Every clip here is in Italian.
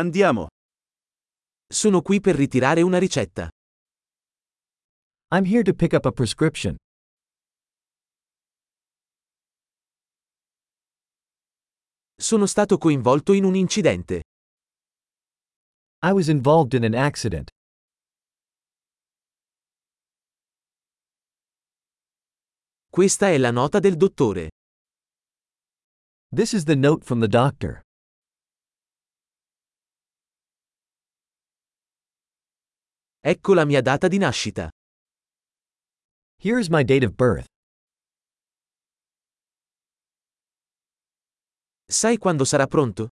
Andiamo. Sono qui per ritirare una ricetta. I'm here to pick up a prescription. Sono stato coinvolto in un incidente. I was involved in an accident. Questa è la nota del dottore. This is the note from the doctor. Ecco la mia data di nascita. Here is my date of birth. Sai quando sarà pronto?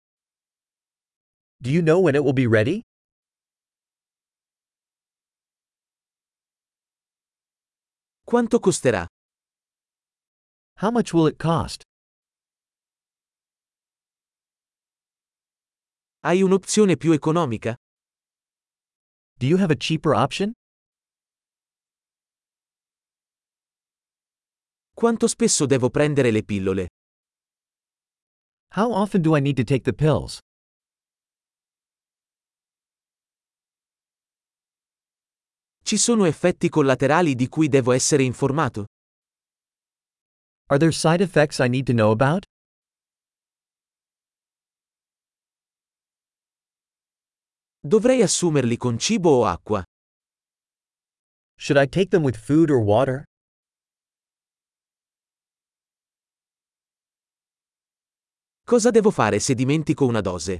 Do you know when it will be ready? Quanto costerà? How much will it cost? Hai un'opzione più economica? Do you have a cheaper option? Quanto spesso devo prendere le pillole? How often do I need to take the pills? Ci sono effetti collaterali di cui devo essere informato? Are there side effects I need to know about? Dovrei assumerli con cibo o acqua? Should I take them with food or water? Cosa devo fare se dimentico una dose?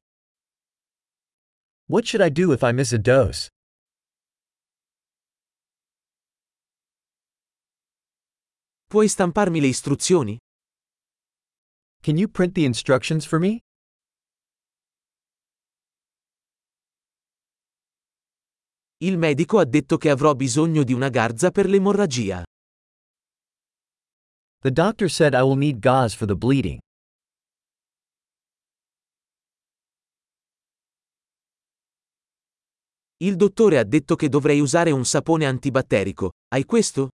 What should I do if I miss a dose? Puoi stamparmi le istruzioni? Can you print the instructions for me? Il medico ha detto che avrò bisogno di una garza per l'emorragia. The doctor said I will need gauze for the bleeding. Il dottore ha detto che dovrei usare un sapone antibatterico. Hai questo?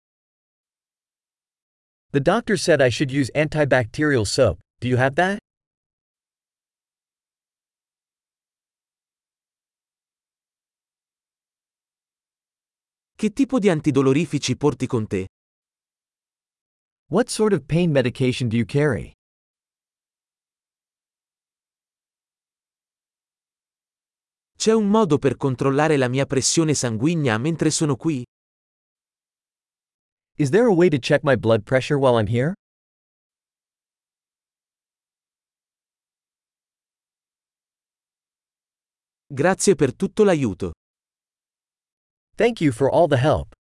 The doctor said I should use antibacterial soap. Do you have that? Che tipo di antidolorifici porti con te? What sort of pain medication do you carry? C'è un modo per controllare la mia pressione sanguigna mentre sono qui? Is there a way to check my blood pressure while I'm here? Grazie per tutto l'aiuto. Thank you for all the help.